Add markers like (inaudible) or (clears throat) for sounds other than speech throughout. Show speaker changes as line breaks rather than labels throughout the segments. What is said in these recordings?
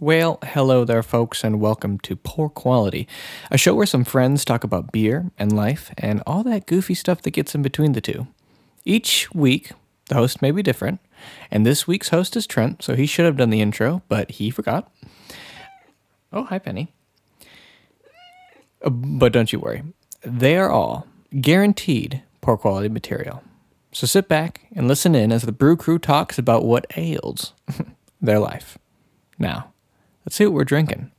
Well, hello there, folks, and welcome to Poor Quality, a show where some friends talk about beer and life and all that goofy stuff that gets in between the two. Each week, the host may be different, and this week's host is Trent, so he should have done the intro, but he forgot. Oh, hi, Penny. Uh, But don't you worry, they are all guaranteed poor quality material. So sit back and listen in as the brew crew talks about what ails (laughs) their life. Now, let's see what we're drinking.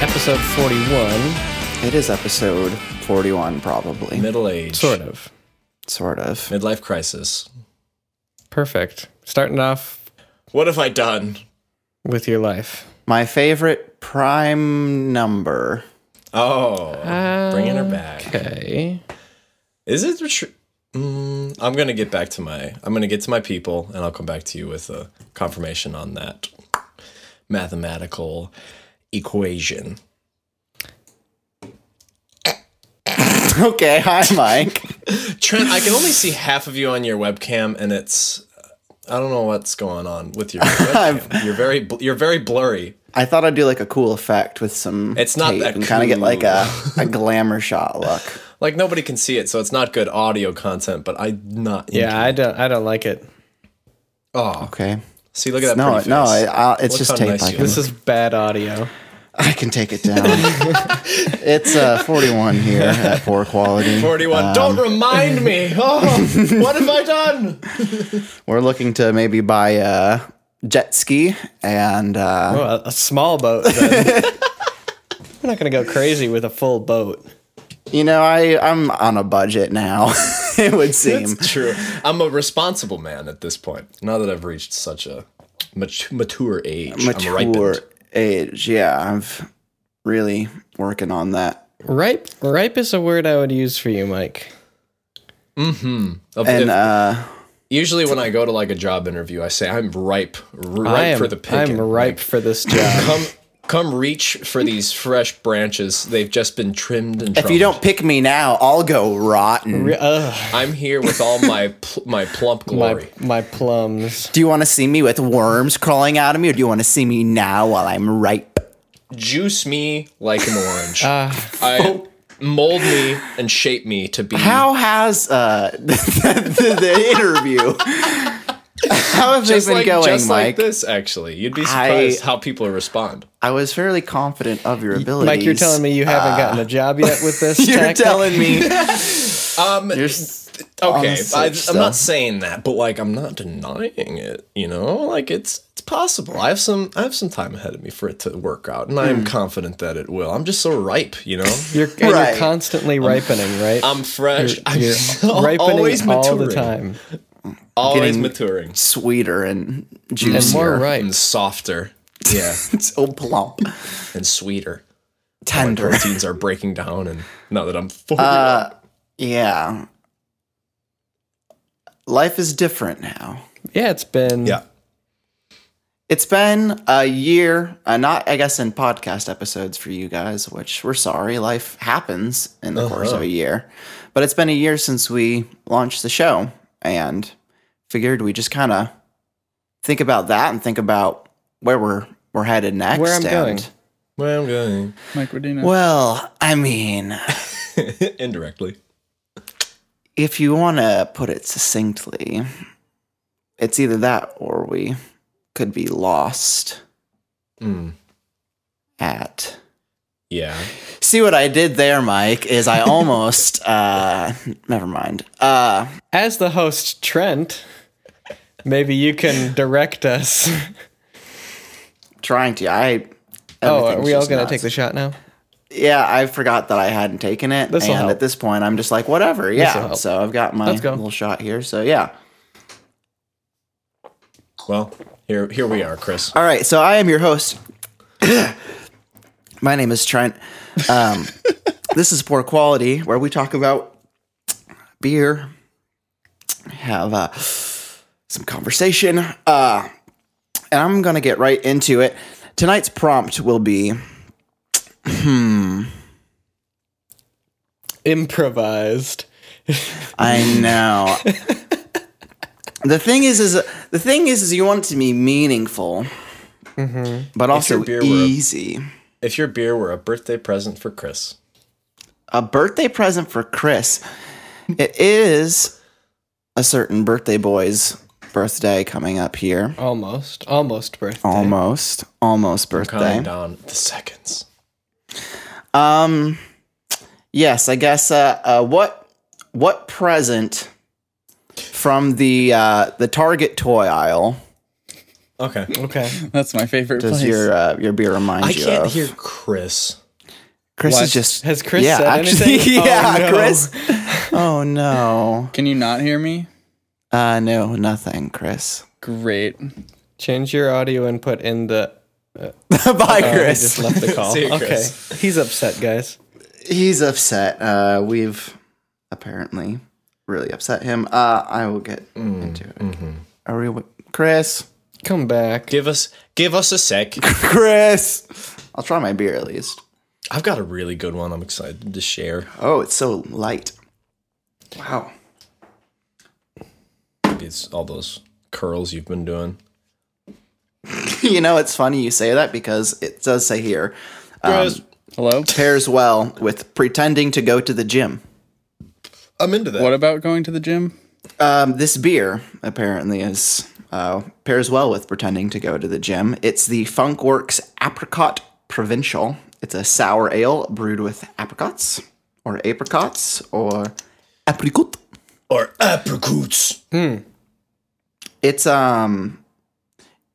Episode 41,
It is episode 41, probably.
middle age.
Sort of.
sort of.
Midlife crisis.
Perfect. Starting off
What have I done?
with your life.
My favorite prime number. (laughs)
Oh,
Uh,
bringing her back.
Okay.
Is it tr- mm, I'm going to get back to my I'm going to get to my people and I'll come back to you with a confirmation on that mathematical equation.
Okay, hi, Mike.
Trent, I can only see half of you on your webcam and it's uh, I don't know what's going on with your webcam. you're very bl- you're very blurry.
I thought I'd do like a cool effect with some.
It's not
tape
that
and kind of get like
cool.
a, a glamour shot look.
Like nobody can see it, so it's not good audio content, but I not
Yeah, I don't. I don't like it.
Oh,
Okay.
see look at that
No,
pretty
no, I,
face.
I, it's
Look
just
how
tape.
nice
I,
you
can,
look.
This is bad audio.
I can take it
(laughs)
down. it's uh, 41 here at poor quality.
41. Don't
Um,
remind
(laughs)
me. Oh, what have I done?
We're looking to maybe buy a jet ski and uh,
Oh, a, a small boat.
(laughs)
Then. We're not gonna go crazy with a full boat.
You know, I I'm on a budget now. (laughs) it would seem.
It's true. I'm a responsible man at this point. Now that I've reached such a mat- mature age, I'm
mature
ripened.
age. Yeah, i have really working on that.
Ripe. Ripe is a word I would use for you, Mike.
Of-
And
if-
uh,
usually, when I go to like a job interview, I say I'm ripe, ripe
I am.
for the
I'm
picking.
ripe for
(laughs)
this job.
Come, come, reach for these fresh branches. They've just been trimmed and.
if you don't pick me now, I'll go rotten.
Ugh,
I'm here with all my pl- my plump glory.
my my plums.
do you want to see me with worms crawling out of me, or do you want to see me now while I'm ripe?
Juice me like an orange. I mold me and shape me to be.
How has uh, (laughs) the, the interview? (laughs) How have they
just
been
like,
going,
just like
Mike?
this, actually. You'd be surprised how people respond.
I was fairly confident of your abilities.
Mike, you're telling me you haven't gotten a job yet
(laughs)
with
(laughs)
this.
You're
tactic?
telling me.
Um,
You're s-
okay,
honest
I,
search
I'm
stuff.
not saying that, but like, I'm not denying it. You know, like it's it's possible. I have some I have some time ahead of me for it to work out, and I'm confident that it will. I'm just so ripe, you know.
You're, and
Right.
you're constantly ripening, right?
I'm fresh. I'm (laughs)
You're
so-
ripening
always maturing.
all the time.
Always
Getting-
maturing.
sweeter and (laughs)
And
juicier.
more ripe.
And softer. Yeah,
so plump,
(laughs) and sweeter.
tender.
Proteins are breaking down, and now that I'm 40,
Yeah. Life is different now.
Yeah, it's been
yeah,
It's been a year, uh, not, I guess, in podcast episodes for you guys, which we're sorry. Life happens in the course
Uh-huh.
of a year. But it's been a year since we launched the show and figured we just kind of think about that and think about where we're, we're headed next.
Where I'm
and-
going.
well, I'm going
Mike Rodino.
Well, I mean,
(laughs) indirectly.
if you want to put it succinctly, it's either that or we could be lost
Hmm.
Mm.
at.
Yeah.
See what I did there, Mike? Is
(laughs)
I almost uh, never mind. Uh,
As the host, Trent, maybe you can direct us.
trying to. I.
oh, are
everything's
we all
just
going to
nuts.
take the shot now?
Yeah, I forgot that I hadn't taken it,
This'll
and
help.
at this point, I'm just like, whatever. Yeah.
help.
So I've got my
Let's go.
little shot here. So yeah.
Well, here here we are, Chris.
All right, so I am your host. (coughs) My name is Trent. Um, this is Poor Quality, where we talk about beer, have uh, some conversation. Uh, and I'm going to get right into it. Tonight's prompt will be
Improvised.
I know. the thing is, is the thing is, is you want it to be meaningful, but also
beer were-
easy.
If your beer were a birthday present for Chris,
A birthday present for Chris. It is a certain birthday boy's birthday coming up here.
Almost. Almost birthday.
Oh. Almost, almost birthday.
counting down the seconds.
Um, yes, I guess. Uh, uh, what what present from the uh, the Target toy aisle
Okay.
Okay.
That's my favorite
does
place.
your uh, your beer remind
I
you
can't
of?
hear Chris.
Chris
What?
is just
Has Chris
yeah,
said
actually, (laughs)
anything? Oh,
yeah,
no. (laughs)
Chris. Oh no,
Can you not hear me?
uh, no, nothing, Chris.
Great.
Change your audio input in the.
Bye,
Oh, he
Chris.
just left the call.
See you,
okay.
Chris.
He's upset, guys.
He's upset. Uh, we've apparently really upset him. Uh, I will get into it. Are we, wi- Chris?
Come back.
Give us give us a sec. (laughs)
Chris. I'll try my beer at least.
I've got a really good one I'm excited to share.
Oh, it's so light. Wow.
Maybe It's all those curls you've been doing.
(laughs) you know, it's funny you say that because it does say here
Guys,
Hello?
pairs well with pretending to go to the gym.
I'm into that.
What about going to the gym?
Um, this beer apparently is uh, pairs well with pretending to go to the gym. It's the Funkworks Apricot Provincial. It's a sour ale brewed with apricots or apricots or apricot. Hmm.
or apricots.
It's um,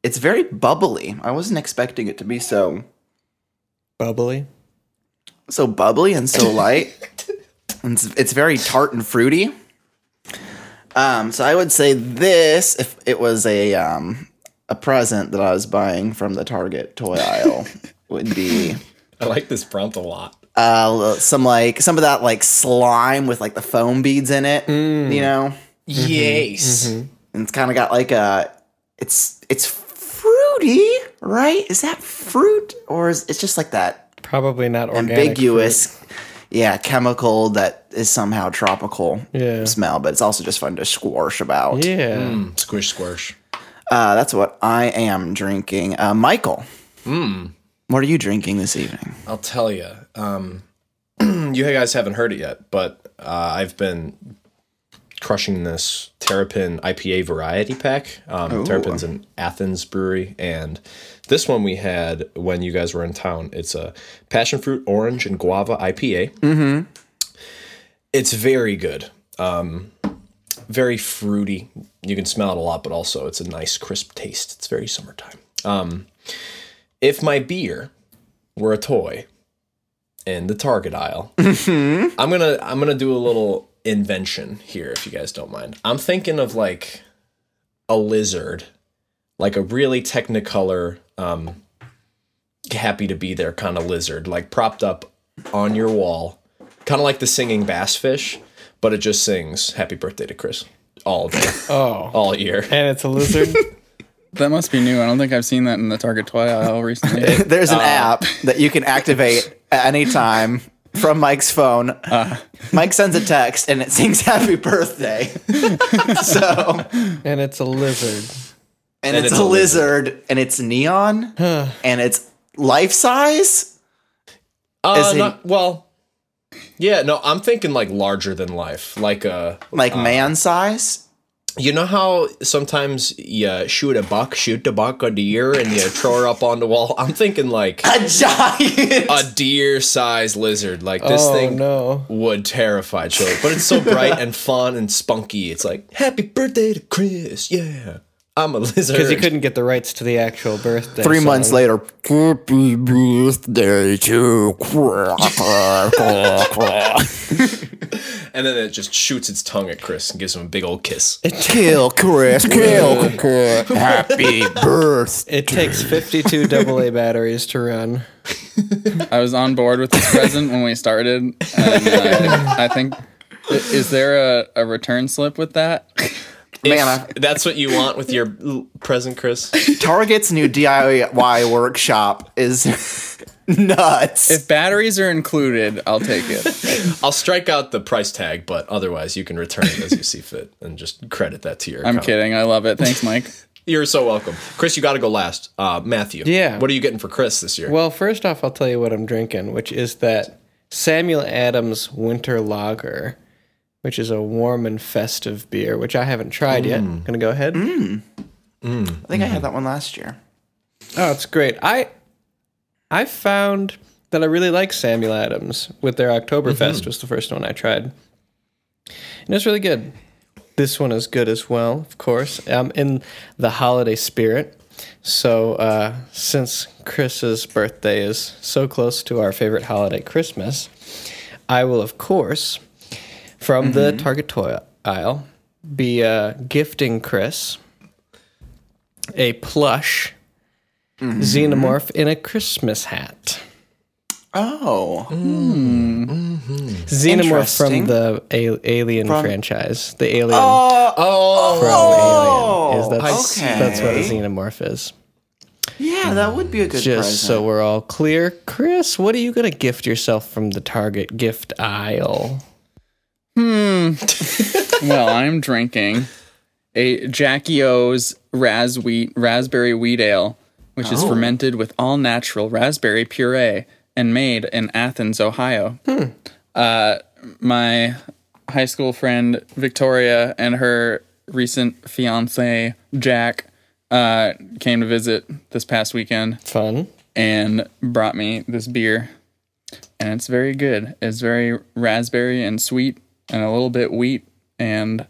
it's very bubbly. I wasn't expecting it to be so
Bubbly.
so bubbly and so light. And it's, it's very tart and fruity. Um, so I would say this if it was a um, a present that I was buying from the Target toy aisle would be
I like this prompt a lot.
uh, some like some of that like slime with like the foam beads in it, you know.
Yes.
And it's kind of got like a it's it's fruity, right? Is that fruit or is it's just like that
Probably not organic.
ambiguous yeah chemical that is somehow tropical
Yeah.
smell but it's also just fun to squash about
fruit. Yeah.
Mm. Mm-hmm. Squish squish.
uh, that's what i am drinking uh, michael Hmm. what are you drinking this evening
I'll tell you. Um, (clears throat) you guys haven't heard it yet, but uh, I've been crushing this Terrapin IPA variety pack. Um, Terrapin's in Athens brewery, and this one we had when you guys were in town. It's a passion fruit, orange, and guava IPA. Mm-hmm. It's very good. Um, very fruity. You can smell it a lot, but also it's a nice crisp taste. It's very summertime. Um, if my beer were a toy in the target aisle i'm gonna i'm gonna do a little invention here if you guys don't mind i'm thinking of like a lizard like a really technicolor um happy to be there kind of lizard like propped up on your wall kind of like the singing bass fish but it just sings happy birthday to chris all day
Oh.
all year
And it's a lizard.
That must be new. I don't think I've seen that in the Target toy aisle
(laughs)
recently.
there's an app that you can (laughs) activate at any time from mike's phone mike sends a text and it sings happy birthday (laughs) so
and it's a lizard.
and, it's, a lizard, and it's neon and it's life size
uh,
As in-
not- well yeah no i'm thinking like larger than life like uh
like man size
You know how sometimes you shoot a buck, shoot a buck, a deer, and you throw her up on the wall? I'm thinking like
a giant
a deer sized lizard. Like this
oh
thing
no.
would terrify children. But it's so bright and fun and spunky. It's like, happy birthday to Chris. Yeah. I'm a lizard.
Because you couldn't get the rights to the actual birthday.
Three
song.
months later,
Happy birthday to Chris.
and then it just shoots its tongue at Chris and gives him a big old kiss.
Kill Chris. Kill Chris.
(laughs)
Happy birthday.
It takes 52 AA batteries to run.
I was on board with this present when we started. And uh, I, I think, i- is there a, a return slip with that?
Man, I-
that's what you want with your l- present, Chris.
Target's new DIY workshop is (laughs) nuts.
If batteries are included, I'll take it.
I'll strike out the price tag, but otherwise you can return it as you see fit and just credit that to your.
I'm
account.
kidding. I love it. Thanks, Mike.
You're so welcome, Chris. You got to go last. Uh, Matthew.
Yeah.
What are you getting for Chris this year?
Well, first off, I'll tell you what I'm drinking, which is that Samuel Adams Winter Lager, which is a warm and festive beer, which I haven't tried yet. Gonna go ahead.
I think I had that one last year.
Oh, it's great. I I found that I really like Samuel Adams with their Oktoberfest was the first one I tried. And it's really good. This one is good as well, of course. I'm in the holiday spirit. So uh, since Chris's birthday is so close to our favorite holiday, Christmas, I will, of course, from the Target toy aisle, be uh, gifting Chris a plush xenomorph in a Christmas hat.
Oh,
Xenomorph
Interesting.
from the a- Alien franchise. The Alien from Alien. Is that's,
okay.
that's what a xenomorph is.
yeah, that would be a good
Just
present.
so we're all clear, Chris, what are you gonna gift yourself from the Target gift aisle?
Well, I'm drinking a Jackie O's Raz Wheat Raspberry Wheat Ale, which is fermented with all natural raspberry puree and made in Athens, Ohio. Uh, my high school friend Victoria and her recent fiance Jack uh, came to visit this past weekend
Fun.
and brought me this beer. And it's very good. It's very raspberry and sweet and a little bit wheat and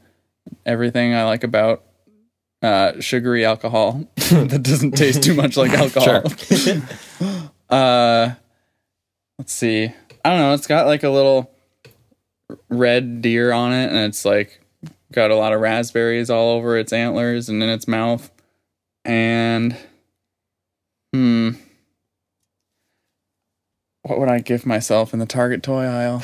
everything I like about uh, sugary alcohol (laughs) that doesn't taste too much like alcohol. uh, (laughs) let's see. I don't know. It's got like a little red deer on it and it's like got a lot of raspberries all over its antlers and in its mouth. And hmm what would I give myself in the Target toy aisle?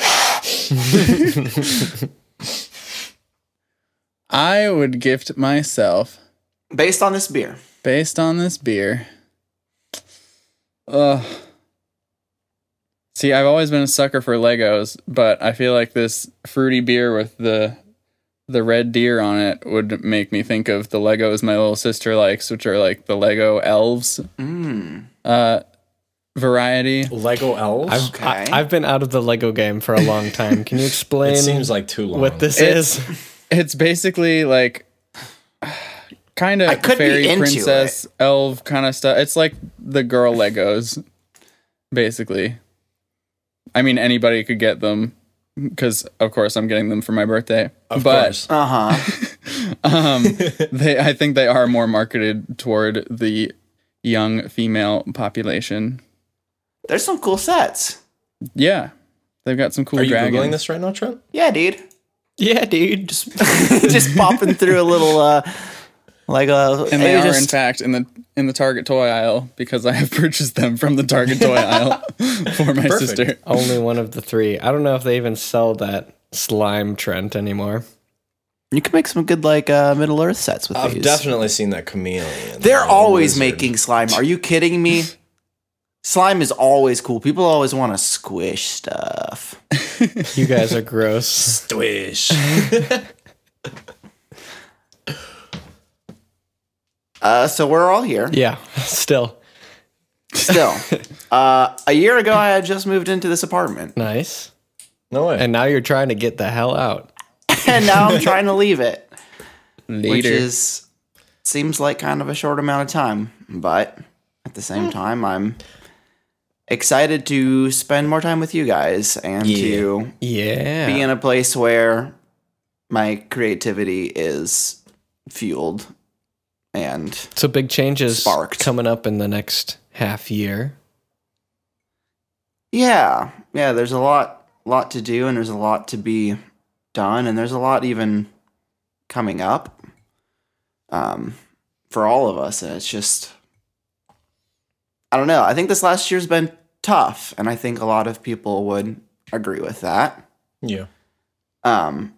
I would gift myself
based on this beer,
based on this beer. Ugh. See, I've always been a sucker for Legos, but I feel like this fruity beer with the the red deer on it would make me think of the Legos my little sister likes, which are like the Lego elves uh, variety.
Lego elves.
I've, I,
Okay.
have i have been out of the Lego game for a long time. Can you explain
it seems like too long.
what this
It's-
is?
it's basically like kind of
could be
fairy
into
princess elf kind of stuff. It's like the girl Legos, basically. I mean, anybody could get them because, of course, I'm getting them for my birthday.
Of
but
course.
uh huh.
they, I think they are more marketed toward the young female population.
There's some cool sets.
Yeah, they've got some cool
Are you
dragons.
googling this right now, Trent?
Yeah, dude. (laughs)
Yeah, dude.
just popping through a little uh, Lego.
And they
it
are in
just-
fact in the in the Target toy aisle because I have (laughs) purchased them from the Target
(laughs)
toy aisle for my sister.
(laughs) Only one of the three. I don't know if they even sell that slime Trent anymore.
you can make some good like uh, Middle Earth sets with
I've
these.
definitely seen that chameleon.
They're
The
always
lizard.
making slime. Are you kidding me? slime is always cool. People always want to squish stuff.
You guys are gross.
swish.
Uh, so we're all here.
Yeah, (laughs) still
Still, uh, a year ago, I had just moved into this
(laughs)
apartment,
nice.
(laughs) No way.
And now you're trying to get the hell out.
and now I'm trying to leave it, which
Later.
is seems like kind of a short amount of time, but at the same time, I'm excited to spend more time with you guys and to
Yeah.
be in a place where my creativity is fueled and
so big changes
Sparked.
coming up in the next half year.
Yeah, yeah. There's a lot, lot to do, and there's a lot to be done, and there's a lot even coming up um, for all of us. And it's just, I don't know. I think this last year's been tough, and I think a lot of people would agree with that.
yeah.
Um,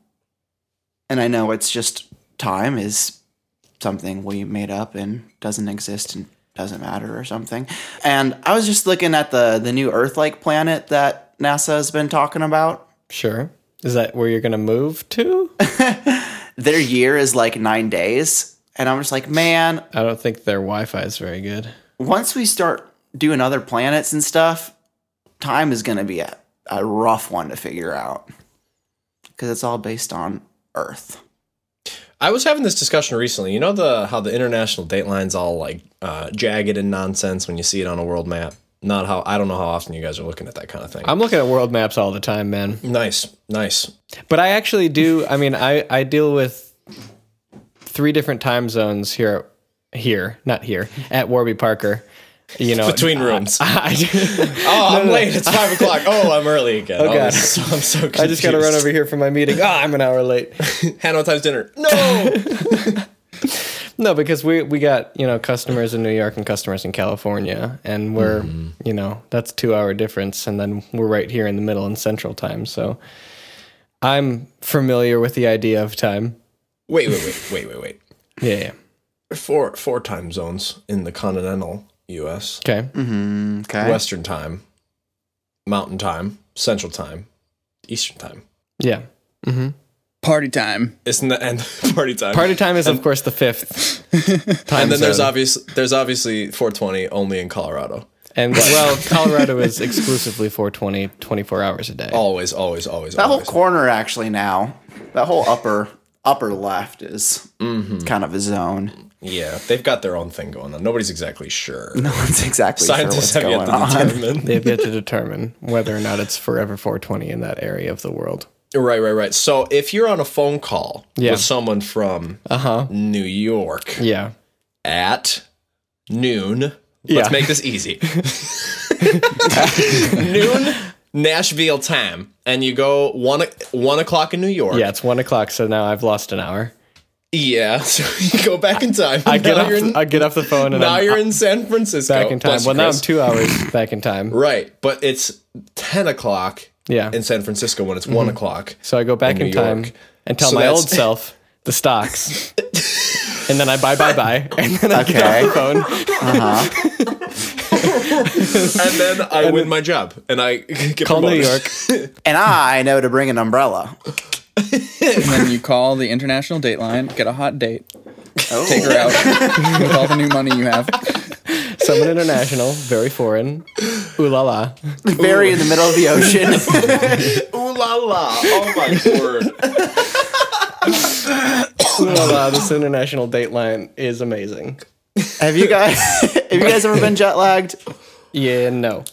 and I know it's just time is something we made up and doesn't exist and doesn't matter or something. And I was just looking at the the new Earth-like planet that NASA has been talking about. (laughs)
Sure. Is that where you're going to move to? (laughs)
Their year is like 9 days, and I'm just like, "Man,
I don't think their Wi Fi is very good.
once we start doing other planets and stuff, time is going to be a, a rough one to figure out because it's all based on Earth.
I was having this discussion recently. You know the how the international date line's all like uh, jagged and nonsense when you see it on a world map. Not how I don't know how often you guys are looking at that kind of thing.
I'm looking at world maps all the time, man.
nice, nice.
But I actually do. I mean, I, I deal with three different time zones here, here, not here, at Warby Parker. You
(laughs)
know,
Between rooms.
(laughs) I,
oh, I'm late. It's five o'clock. Oh, I'm early again. Oh,
God.
this is so, I'm so confused.
I just got to run over here for my meeting. Ah, I'm an hour late.
Hannah times dinner. No.
No, because we we got you know customers in New York and customers in California, and we're
Mm-hmm.
you know that's two hour difference, and then we're right here in the middle in Central Time. So I'm familiar with the idea of time.
(laughs) wait, wait, wait, wait, wait, wait.
Yeah. yeah.
Four four time zones in the continental U.S.
Okay.
Mm-hmm.
Okay.
Western time, Mountain time, Central time, Eastern time.
Yeah.
Party time.
Isn't that and (laughs) party time?
Party time is of course the fifth.
(laughs)
Time
and then there's
zone.
obvious there's obviously 420 only in Colorado.
and well, Colorado is exclusively 420, 24 hours a day.
Always, always, always.
that whole
always.
corner actually now, that whole upper upper left is
Mm-hmm.
kind of a zone. (laughs)
yeah, they've got their own thing going on. Nobody's exactly sure.
No one's exactly
Scientists
sure
have
what's
yet
going on.
to determine.
They've yet to determine whether or not it's forever 420 in that area of the world.
Right, right, right. So if you're on a phone call
Yeah. Uh-huh.
with someone from New York
Yeah.
at noon,
Yeah.
let's make this
(laughs)
easy. noon Nashville time, and you go one o- one o'clock in New York.
Yeah, it's one o'clock, so now I've lost an hour.
yeah. (laughs) So you go back in time.
I get
now
off,
you're in,
I get off the phone and
now
I'm
you're in San Francisco.
back in time.
Bless you,
Well, now I'm
Chris.
two hours back in time.
Right, but it's ten o'clock
Yeah. Mm-hmm.
in San Francisco when it's one o'clock.
So I go back
In
in,
New
time
York.
and tell
So
my
that's-
old self
(laughs)
the stocks. and then I buy, buy, buy. (laughs) And then I
Okay.
get off the phone,
and then I win my job, and I (laughs) get
call New
promoted.
York.
And I know to bring an umbrella.
And then you call the international date line, get a hot date, take her out (laughs) with all the new money you have.
Someone international, very foreign. Ooh la la.
Very in the middle of the
(laughs)
ocean.
Ooh la la! Oh
(laughs)
my word!
Ooh la la. This international date line is amazing.
have you guys (laughs) have you guys ever been jet lagged?
Yeah, no.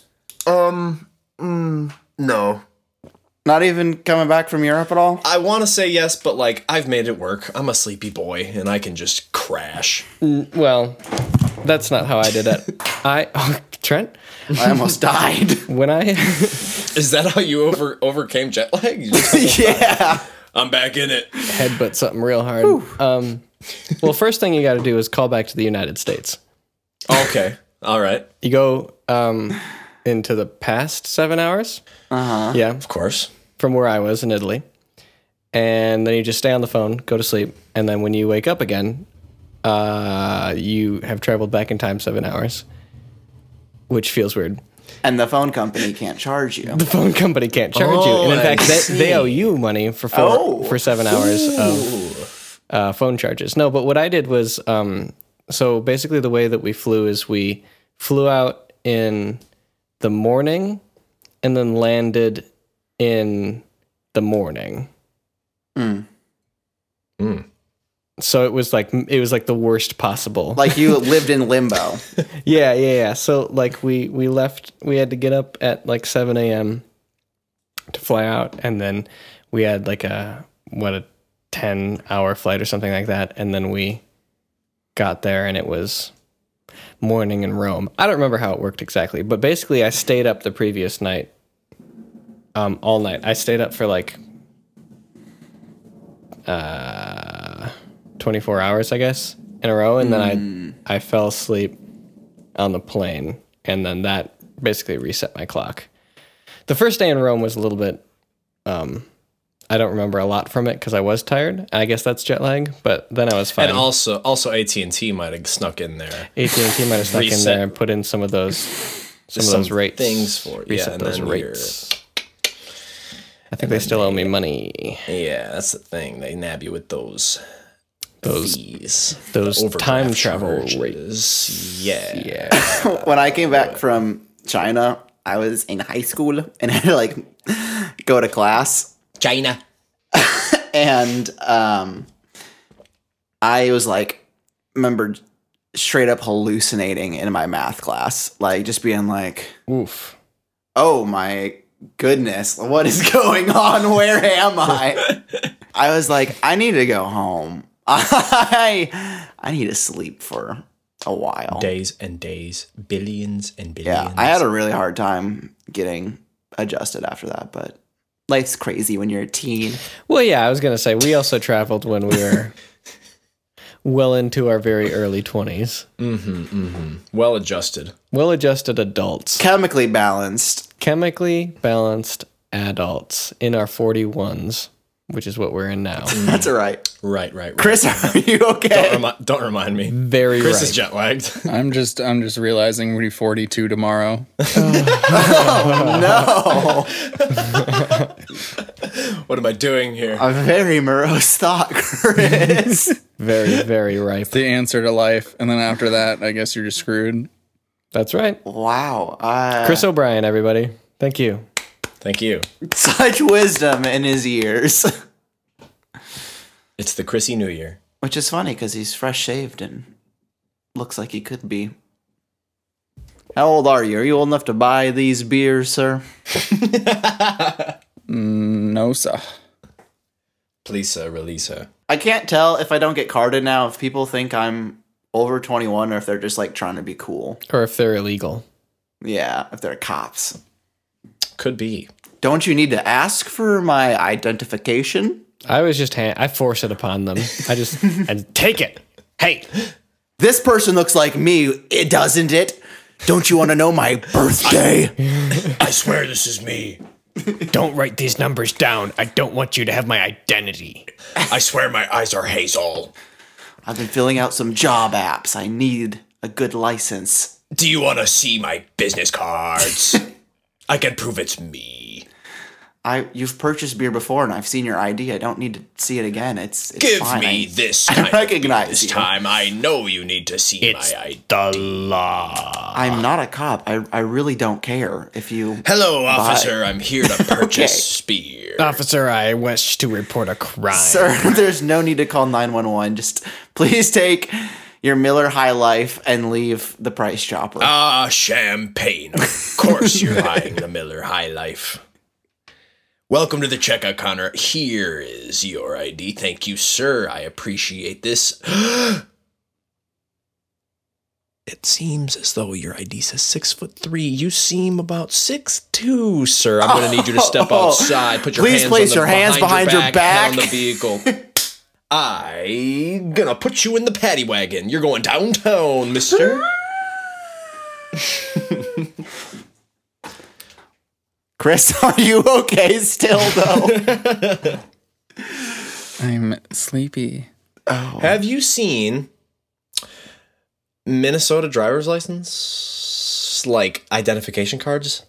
No,
Not even coming back from Europe at all?
I want to say yes, but like I've made it work. I'm a sleepy boy, and I can just crash.
Well, that's not how I did it. I, (laughs) oh, Trent,
I
(laughs)
almost died.
when I, (laughs)
Is that how you over overcame jet lag? You just-
yeah.
I'm back in it.
headbutt something real hard. Um, well, first thing you got to do is call back to the United States.
Okay, all right, of
You go um, into the past seven hours. Uh huh. Yeah,
course.
from where I was in Italy, and then you just stay on the phone, go to sleep, and then when you wake up again, uh, you have traveled back in time seven hours, which feels weird.
And the phone company can't charge you.
The phone company can't charge you, and in
Oh, I
fact, they, they
see.
owe you money for four,
Oh.
for seven hours of uh, phone charges. No, but what I did was, um, so basically, the way that we flew is we flew out in the morning, and then landed in the morning.
Mm.
So it was like it was like the worst possible.
like you lived in limbo.
Yeah, yeah, yeah. So like we we left, we had to get up at like seven a.m. to fly out, and then we had like a what a ten hour flight or something like that, and then we got there and it was morning in Rome. I don't remember how it worked exactly, but basically I stayed up the previous night, um, all night. I stayed up for like uh twenty four uh, hours, I guess, in a row, and then I I fell asleep on the plane, and then that basically reset my clock. The first day in Rome was a little bit um, I don't remember a lot from it because I was tired. I guess that's jet lag, but then I was fine.
And also, also AT and T might have snuck in there
AT and T might have snuck in
Reset.
there and put in some of those some of
some
those rates
things for yeah,
reset
and
those
then
rates. I think they still owe me money.
you're- Yeah, that's the thing. They nab you with those
Those
fees,
those
overdraft
time travel rates.
charges. Yeah.
Yeah,
when I came back from China, I was in high school and (laughs) I had to like go to class.
China.
And um, I was like, remember straight up hallucinating in my math class, like just being like,
oof.
oh my goodness, what is (laughs) going on? Where am I? I was like, I need to go home. (laughs) I I need to sleep for a while.
Days and days, billions and billions.
Yeah, I had a really hard time getting adjusted after that, but life's crazy when you're a teen.
Well, yeah, I was gonna say we also traveled when
(laughs)
we were well into our very early twenties.
well adjusted.
Well-adjusted adults,
Chemically balanced.
chemically balanced adults in our forty-ones, which is what we're in now.
Mm.
That's all right.
Right, right, right.
Chris, (laughs) are you
don't,
okay?
remi- don't remind me.
Very
Chris
right.
is jet lagged. (laughs)
I'm just I'm just realizing we're 42 tomorrow.
No.
what am I doing here?
A very morose thought, Chris.
very, very
(laughs)
ripe.
The answer to life, and then after that, I guess you're just screwed.
That's right.
wow. Uh,
Chris O'Brien, everybody. Thank you.
Thank you.
Such wisdom in his ears. (laughs)
It's the Chrissy New Year.
Which is funny because he's fresh shaved and looks like he could be. How old are you? Are you old enough to buy these beers, sir?
No, sir.
Please, uh, release her.
I can't tell if I don't get carded now if people think I'm over 21 or if they're just like trying to be cool.
Or if they're illegal.
Yeah, if they're cops.
Could be.
Don't you need to ask for my identification?
I was just hand, I force it upon them. I (laughs) just I take it. Hey,
This person looks like me, it doesn't it? Don't you want to know my birthday?
I swear this is me.
don't write these numbers down. I don't want you to have my identity.
I swear my eyes are hazel.
I've been filling out some job apps. I need a good license.
Do you want to see my
(laughs)
business cards? I can prove it's me.
I you've purchased beer before and I've seen your ID. I don't need to see it again. It's, it's
Give
fine.
me
I-
this kind of beer
recognize
this
you.
time. I know you need to see my ID.
The law.
I'm not a cop. I, I really don't care if you
Hello, officer. I'm here to purchase beer.
Uh, Officer, I wish to report a crime.
Sir, (laughs) there's no need to call 911. Just please take your Miller High Life and leave the Price Chopper.
Ah, champagne. Of
(laughs)
course you're buying the Miller High Life. Welcome to the checkout counter. Here is your ID. Thank you, sir. I appreciate this. (gasps) it seems as though your ID says six foot three. You seem about six two, sir. I'm gonna need you to step
Oh.
outside. Put your
Please
hands
place
on the,
your hands behind your
and
back.
on the vehicle. (laughs) I gonna put you in the paddy wagon. You're going downtown, mister.
Chris, (laughs) are you okay still (laughs) though?
I'm sleepy.
Have you seen Minnesota driver's license like identification cards?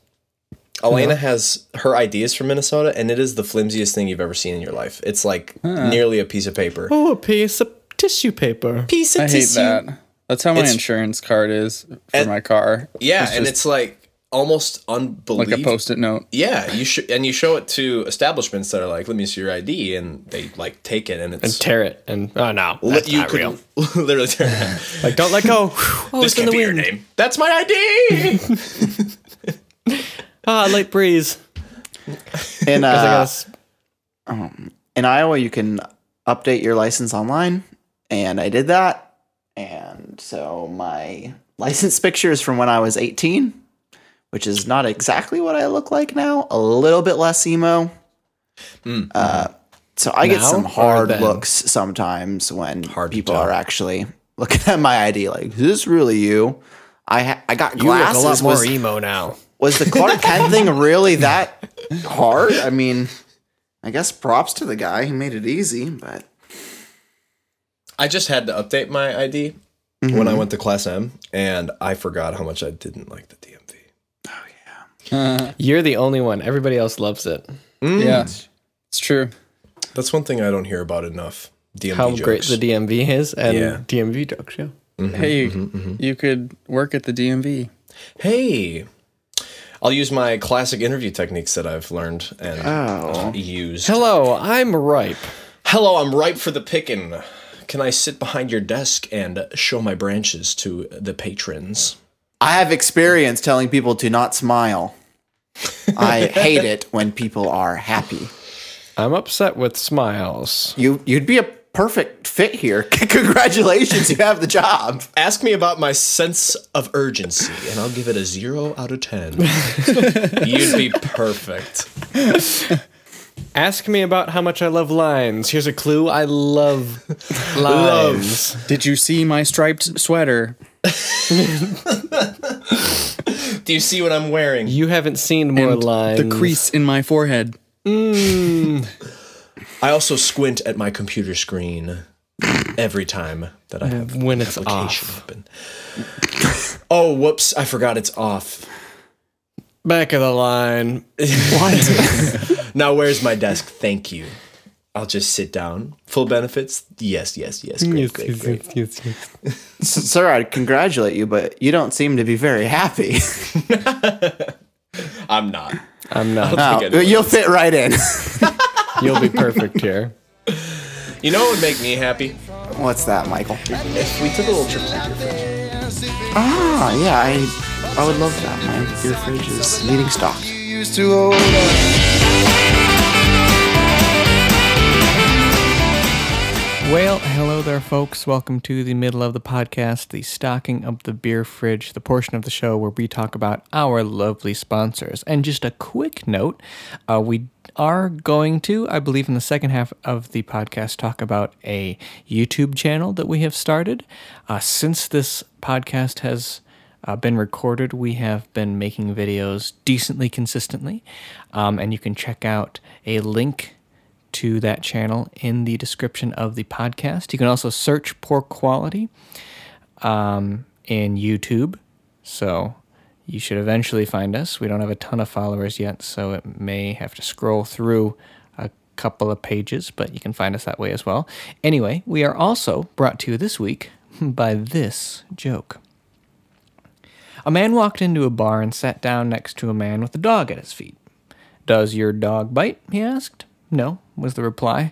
Elena has her ideas from Minnesota, and it is the flimsiest thing you've ever seen in your life. It's like nearly a piece of paper.
Oh, a piece of tissue paper.
Piece of
I hate that. That's how my insurance card is for my car.
Yeah,
It's
and
just
it's like almost unbelievable.
like a post-it note.
Yeah, you should, and you show it to establishments that are like, "Let me see your ID," and they like take it, and it's
Tear it and oh no,
Let-
that's
you
not
could
real.
(laughs) literally turn. it around.
Like don't let (laughs) go. Oh,
this
it's in
can't
the
be your
wind.
name. That's my
(laughs)
ID.
Ah, light breeze.
In
I
uh,
guess.
in Iowa, you can update your license online, and I did that, and so my (laughs) license picture is from when I was 18, which is not exactly what I look like now. A little bit less emo. Uh, so I get
Hmm. Now
some
or
hard
then?
looks sometimes when
Hard to
people
tell.
are actually (laughs) looking at my ID like, "Is this really you?" I ha- I got
You look
glasses.
a lot more
was-
emo now.
was the Clark Kent thing really that hard? I mean, I guess props to the guy. He made it easy, but
I just had to update my ID when
Mm-hmm.
I went to Class M, and I forgot how much I didn't like the DMV.
You're the only one. Everybody else loves it.
Yeah, it's true.
That's one thing I don't hear about enough. DMV
How
jokes.
great the DMV is and
Yeah.
DMV jokes. Yeah.
hey, you could work at the DMV.
hey, I'll use my classic interview techniques that I've learned and
Ah.
oh.
uh, used.
Hello, I'm ripe.
Hello, I'm ripe for the picking. Can I sit behind your desk and show my branches to the patrons?
I have experience telling people to not smile. I hate it when people are happy.
I'm upset with smiles.
You you'd be a perfect fit here. (laughs) Congratulations, you have the job.
Ask me about my sense of urgency, and I'll give it a zero out of
(laughs)
ten. You'd be perfect.
Ask me about how much I love lines. Here's a clue. I love (laughs) lines.
Did you see my striped sweater?
Do you see what I'm wearing?
You haven't seen more lines.
The crease in my forehead.
I also squint at my computer screen every time that I have
When it's
application
off.
open. Oh, whoops! I forgot it's off.
Back of the line.
Now where's my desk? Thank you. I'll just sit down. Full benefits? Yes, yes, yes. Great, great, great.
S- Sir, I'd congratulate you, but you don't seem to be very happy.
I'm not.
I'm not.
No,
Forget it.
Oh, you'll fit right in. (laughs)
You'll be perfect here.
You know what would make me happy?
What's that, Michael?
If we took a little trip to your fridge.
Ah, yeah, I I would love that. My your fridge is needing stock.
Well, hello there, folks. Welcome to the middle of the podcast, the stocking up the beer fridge, the portion of the show where we talk about our lovely sponsors. And just a quick note uh, we are going to, I believe, in the second half of the podcast, talk about a YouTube channel that we have started. Uh, since this podcast has uh, been recorded. We have been making videos decently consistently, um, and you can check out a link to that channel in the description of the podcast. You can also search Poor Quality um, in YouTube, so you should eventually find us. We don't have a ton of followers yet, so it may have to scroll through a couple of pages, but you can find us that way as well. Anyway, we are also brought to you this week (laughs) by this joke. A man walked into a bar and sat down next to a man with a dog at his feet. Does your dog bite? he asked. No, was the reply.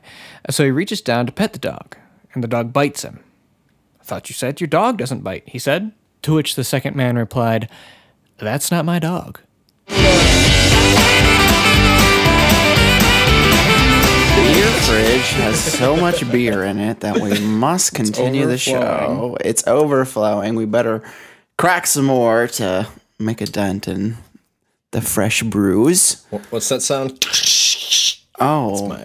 So he reaches down to pet the dog, and the dog bites him. I thought you said your dog doesn't bite, he said. To which the second man replied, That's not my dog.
The beer fridge has so much beer in it that
(laughs)
we must continue the show. It's overflowing. We better crack some more to make a dent in the fresh brews.
Wh- What's that sound?
Oh,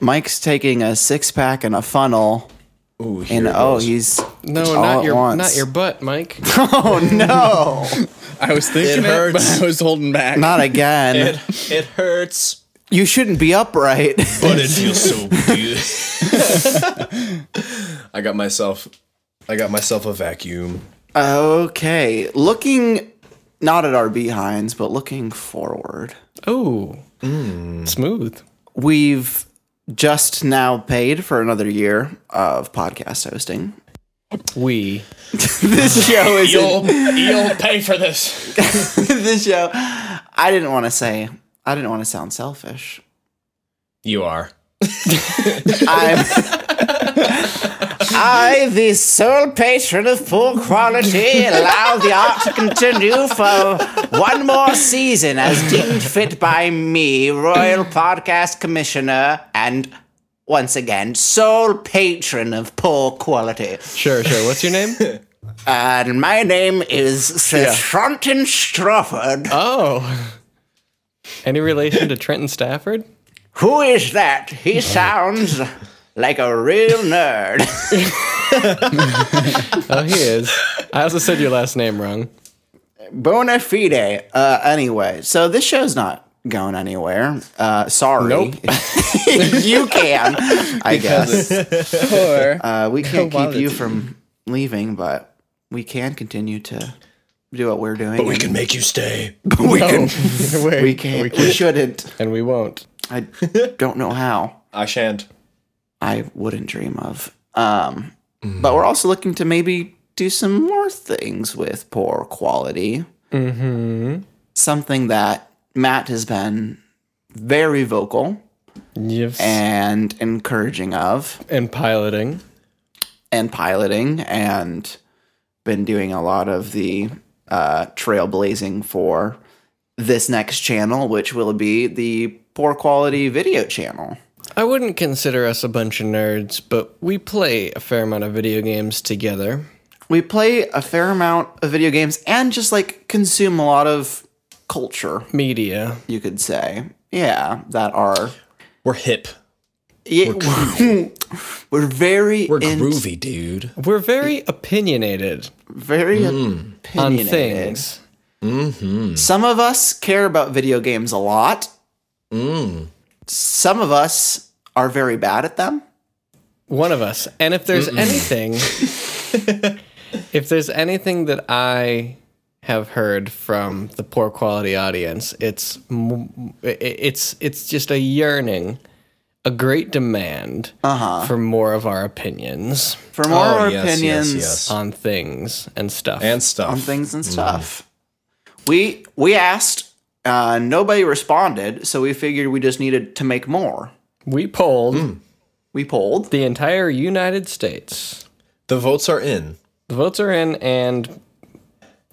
Mike's taking a six pack and a funnel,
Ooh, here
and
it
oh, (laughs)
goes.
he's
(laughs) No,
all
not
at
your
once.
not your butt, (laughs) Mike.
Oh no,
I was thinking it,
hurts.
but I was holding back.
not again.
(laughs) it, it hurts,
you shouldn't be upright. (laughs)
but it feels so good. (laughs) I got myself, I got myself a vacuum.
okay, looking not at our behinds, but looking forward.
Oh,
Hmm.
smooth.
we've just now paid for another year of podcast hosting.
We
(laughs) This show is
You'll, you'll pay for this.
(laughs) this show. I didn't want to say. I didn't want to sound selfish.
You are.
I'm. (laughs) I, the sole patron of poor quality, allow the art to continue for one more season as deemed fit by me, Royal Podcast Commissioner, and once again, sole patron of poor quality.
sure, sure. What's your name?
(laughs) And my name is Sir Trenton Strawford.
Oh, any relation to Trenton Stafford?
Who is that? He sounds like a real (laughs) nerd.
Oh, he is. I also said your last name wrong.
Bona fide. Uh, anyway, so this show's not going anywhere. Uh, sorry. (laughs) you can, I guess.
Or
Uh, we can't keep you from leaving, but we can continue to do what we're doing.
But we
and
can make you stay.
we (laughs) can.
Wait,
We can't. We shouldn't.
and we won't.
I don't know how.
I shan't.
I wouldn't dream of. Um, But we're also looking to maybe do some more things with poor quality. Mm-hmm. Something that Matt has been very vocal
Yes. And,
and encouraging of,
piloting.
and piloting, and been doing a lot of the uh, trailblazing for this next channel, which will be the poor quality video channel.
I wouldn't consider us a bunch of nerds, but we play a fair amount of video games together.
we play a fair amount of video games and just like consume a lot of culture
Media.
you could say yeah that are
We're hip.
yeah, we're, very
We're
in-
groovy, dude.
We're very opinionated
very
Mm.
on
opinionated
things.
some of us care about video games a lot
Mm.
some of us are very bad at them
One of us. And if there's anything, if there's anything that I have heard from the poor quality audience, it's m- i- i- it's it's just a yearning, a great demand for more of our opinions
for more
Oh,
our
yes, yes,
opinions
yes. Mm.
on things and stuff.
And stuff.
on things and stuff we we asked uh, nobody responded so we figured we just needed to make more
we polled
we polled
the entire United States.
the votes are in.
The votes are in, and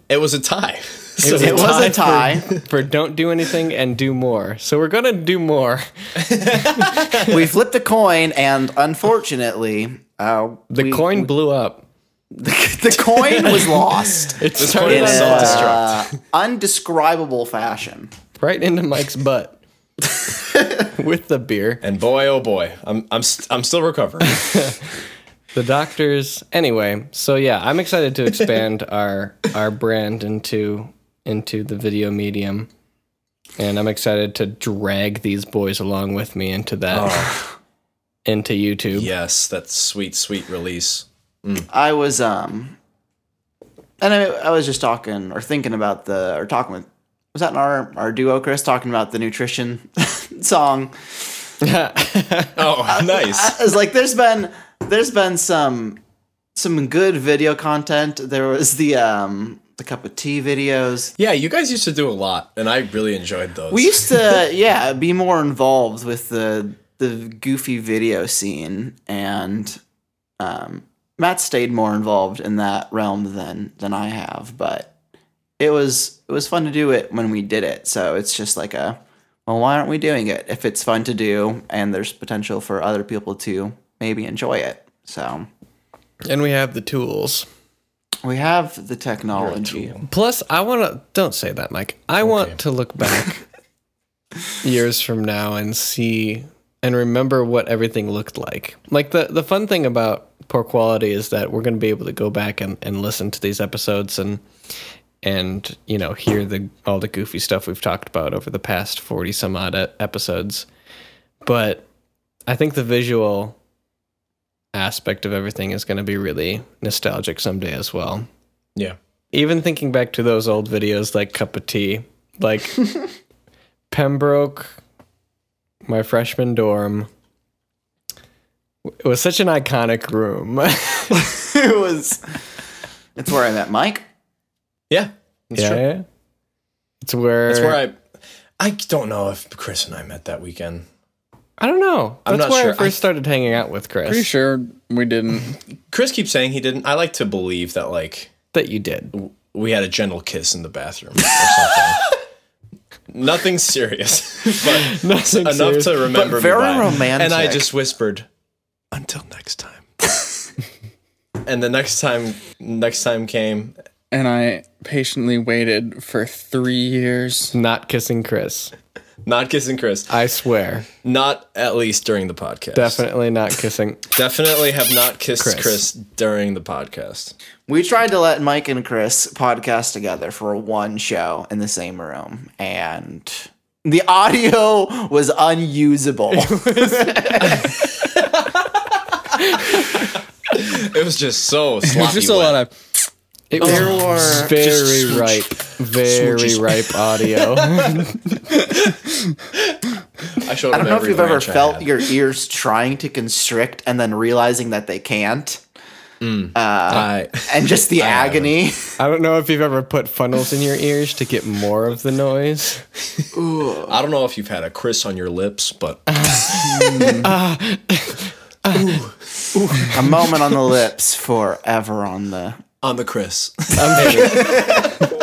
It was a (laughs) tie. So
was
It was a tie.
for don't do anything and do more. So we're gonna do more.
(laughs) we flipped a coin, and unfortunately, uh,
The
we-
coin blew up.
the coin was lost
It
coin
started
was
on
so
fire.
uh,
destructive.
(laughs) undescribable fashion.
right into Mike's (laughs) butt with the beer.
and boy, oh boy, I'm I'm st- I'm still recovering. (laughs)
The doctors. Anyway, so yeah, I'm excited to (laughs) expand our our brand into into the video medium. And I'm excited to drag these boys along with me into that Oh. into YouTube.
yes, that sweet sweet release.
I was um, and I, I was just talking or thinking about the or talking with was that in our our duo Chris talking about the nutrition (laughs) song.
Oh, (laughs) nice.
I was like, there's been there's been some some good video content. There was the um the cup of tea videos.
Yeah, you guys used to do a lot, and I really enjoyed those.
We used to, yeah, be more involved with the the goofy video scene, and um, Matt stayed more involved in that realm than than I have. But it was it was fun to do it when we did it. So it's just like a well, why aren't we doing it if it's fun to do and there's potential for other people to maybe enjoy it? So
And we have the tools.
we have the technology.
Plus, I want to don't say that, Mike. I want to look back years from now and see and remember what everything looked like. Like the the fun thing about poor quality is that we're going to be able to go back and, and listen to these episodes and and you know hear the all the goofy stuff we've talked about over the past 40 some odd e- episodes. But I think the visual aspect of everything is going to be really nostalgic someday as well
yeah.
even thinking back to those old videos like cup of tea
(laughs)
like pembroke my freshman dorm it was such an iconic room (laughs)
(laughs) it was. It's where I met Mike.
Yeah. That's true.
yeah it's where,
That's where I I don't know if Chris and I met that weekend.
i don't know that's
I'm not
where
sure.
i first started hanging out with chris
pretty sure we didn't.
Chris keeps saying he didn't. I like to believe that like
that you did (laughs)
we had a gentle kiss in the bathroom or something. (laughs) Nothing serious, but
Nothing
enough
serious.
to remember. me
very
by. And I
romantic.
just whispered, "Until next
(laughs)
time." and the next time, next time came.
And I patiently waited for three years.
not kissing chris
Not kissing Chris.
i swear
Not at least during the podcast.
definitely not kissing
Definitely have not kissed
Chris.
Chris. during the podcast.
We tried to let Mike and Chris podcast together for one show in the same room, and the audio was unusable.
It was just so sloppy.
It's just a lot of
It was very ripe, very ripe
(laughs)
audio.
I showed
I don't
him
know if
every
you've ever
branch I
felt
had.
your ears trying to constrict and then realizing that they can't,
I,
and just the
(laughs)
agony.
I don't know if you've ever put funnels in your ears to get more of the noise.
I don't know if you've had a Chris on your lips, but
A moment on the lips, forever on the.
on the Chris. (laughs)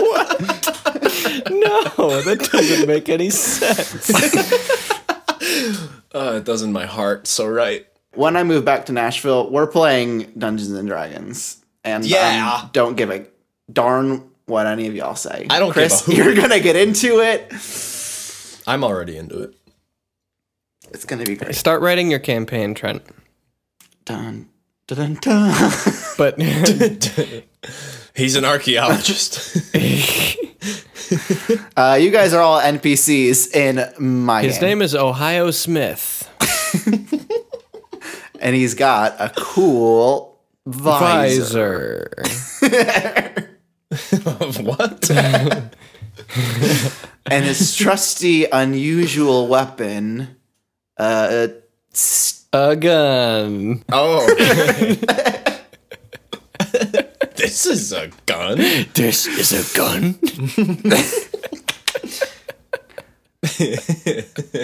No, that doesn't make any sense.
Uh, it does in my heart. So right.
When I move back to Nashville, we're playing Dungeons and Dragons, and um,
Yeah.
don't give a darn what any of y'all say.
I don't give a
Chris,
hoot.
you're gonna get into it.
I'm already into it.
It's gonna be great.
Start writing your campaign, Trent.
Dun dun dun. (laughs)
But
(laughs) He's an archaeologist.
Uh, you guys are all NPCs in my
his
game,
name is Ohio Smith.
and he's got a cool visor.
Visor.
(laughs) what?
and his
(laughs)
trusty, unusual weapon. Uh, s-
A gun.
(laughs) (laughs) Oh. this is a gun.
this is a gun.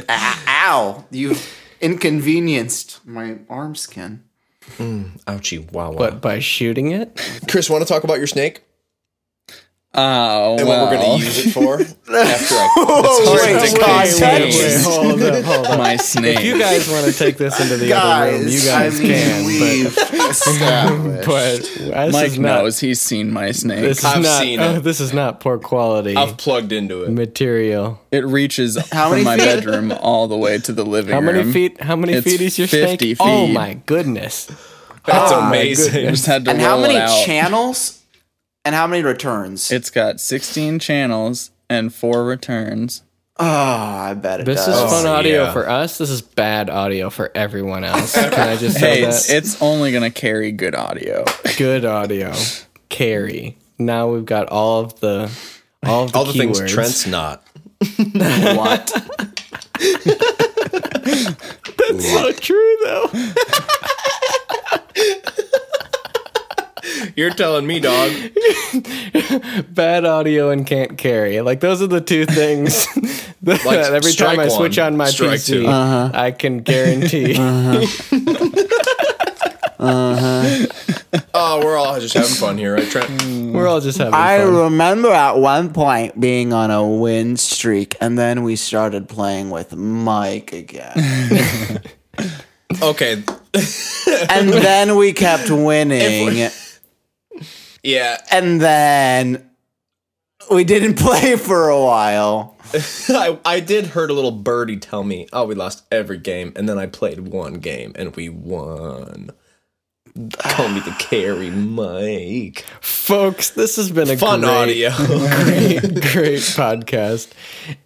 uh, ow! You've inconvenienced my arm skin.
Ouchie, wow.
But by shooting it?
Chris, want to talk about your snake
oh
and
well,
what we're going to use it for? (laughs) After I,
Wait,
context.
hold up, hold up.
my snake.
You guys want to take this into the other room? You
guys,
guys
I mean,
can. (laughs)
we've established.
But this
Mike
is not.
knows he's seen my snake.
This is
I've
not.
seen
oh,
it.
(laughs) this is not poor quality
I've plugged into it.
material.
It reaches
many
from my
feet?
bedroom all the way to the living
How
room.
many feet? How many
It's
feet is your snake?
50
Oh
feet.
my goodness!
That's
my
amazing.
Just had to
and
roll
how many
it out.
channels? And how many returns?
it's got 16 channels and four returns.
oh, I bet it
This is
does.
fun audio
yeah.
for us. This is bad audio for everyone else. Can I just say
Hey,
that?
it's only gonna carry good audio.
Good audio. Carry. Now we've got all of the all of the,
All the
keywords.
things
(laughs)
Trent's not.
what?
So true though.
You're telling me, dog.
Bad audio and can't carry. Like those are the two things (laughs) that
Like,
every time
strike
I switch
one,
on my
strike
PC,
two.
I can guarantee.
(laughs) Oh, we're all just having fun here, right, Trent?
(laughs) We're all just having
I
fun.
remember at one point being on a win streak, and then we started playing with Mike again.
Okay.
and then we kept winning,
Yeah. (laughs)
and then we didn't (laughs) play for a while.
I, I did heard a little birdie tell me, oh, we lost every game. And then I played one game and we won. Call me the carry, Mike.
Folks, this has been a
Fun
great,
audio. (laughs)
great, great podcast.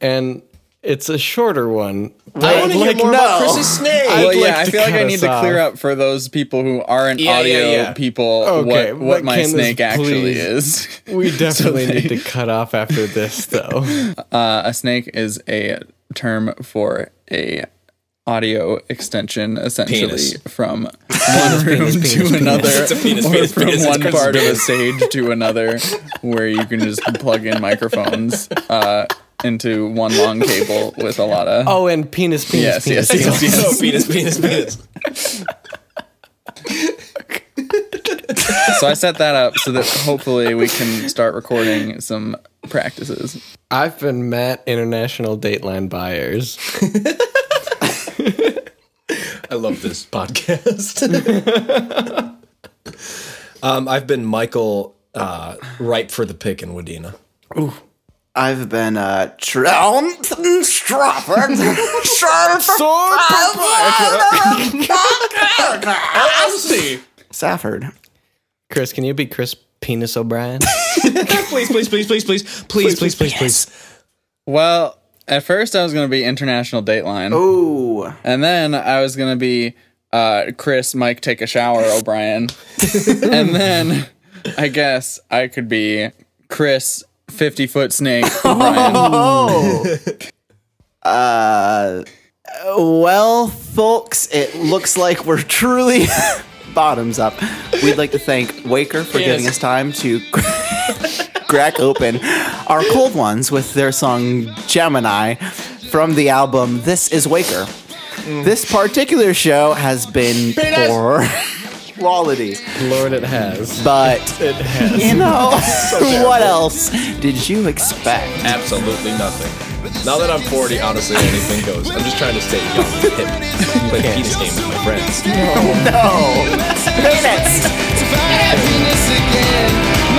And it's a shorter one.
I want to hear
Like,
more about
no.
Chris's snake. (laughs)
well,
like
yeah, I
to
feel like
cut
I need
us
to clear
off.
up for those people who aren't
Yeah, yeah,
audio
yeah.
people
Okay,
what, what
but
my
can this
snake actually
please-
is.
We definitely
they-
need to cut off
(laughs)
after this though.
(laughs) Uh, a snake is a term for a audio extension, essentially
(laughs) Penis.
from one room to another,
It's a penis,
or
penis,
from
penis, it's
one
Chris's
part of a stage to another, where you can just plug in microphones uh, into one long cable with a lot of.
Oh, and penis, penis,
yes,
penis.
yes, yes, yes. (laughs)
So penis, penis, penis.
So I set that up so that hopefully we can start recording some practices.
I've been Matt International Dateline Buyers.
I love this podcast. (laughs) um, I've been Michael uh, ripe for the pick in Wadena.
I've been uh, Trump Stratford. (laughs) Safford.
Chris, can you be Chris Penis O'Brien?
(laughs) please, please, please, please, please, please, please, please, please, please.
Well, At first, I was going to be International Dateline.
Ooh.
And then I was gonna be uh, Chris, Mike, take a shower, O'Brien. and then I guess I could be Chris, fifty foot snake, O'Brien.
Well, folks, it looks like we're truly (laughs) bottoms up. We'd like to thank Waker for giving us time to (laughs) crack open our cold ones with their song Gemini from the album This Is Waker. This particular show has Mm. been poor (laughs) quality.
Lord, it has.
But you know (laughs) what else did you expect?
Absolutely nothing. Now that I'm 40, honestly, anything goes. I'm just trying to stay young and hip. Play the penis game with my friends.
No, (laughs) minutes.
happiness again.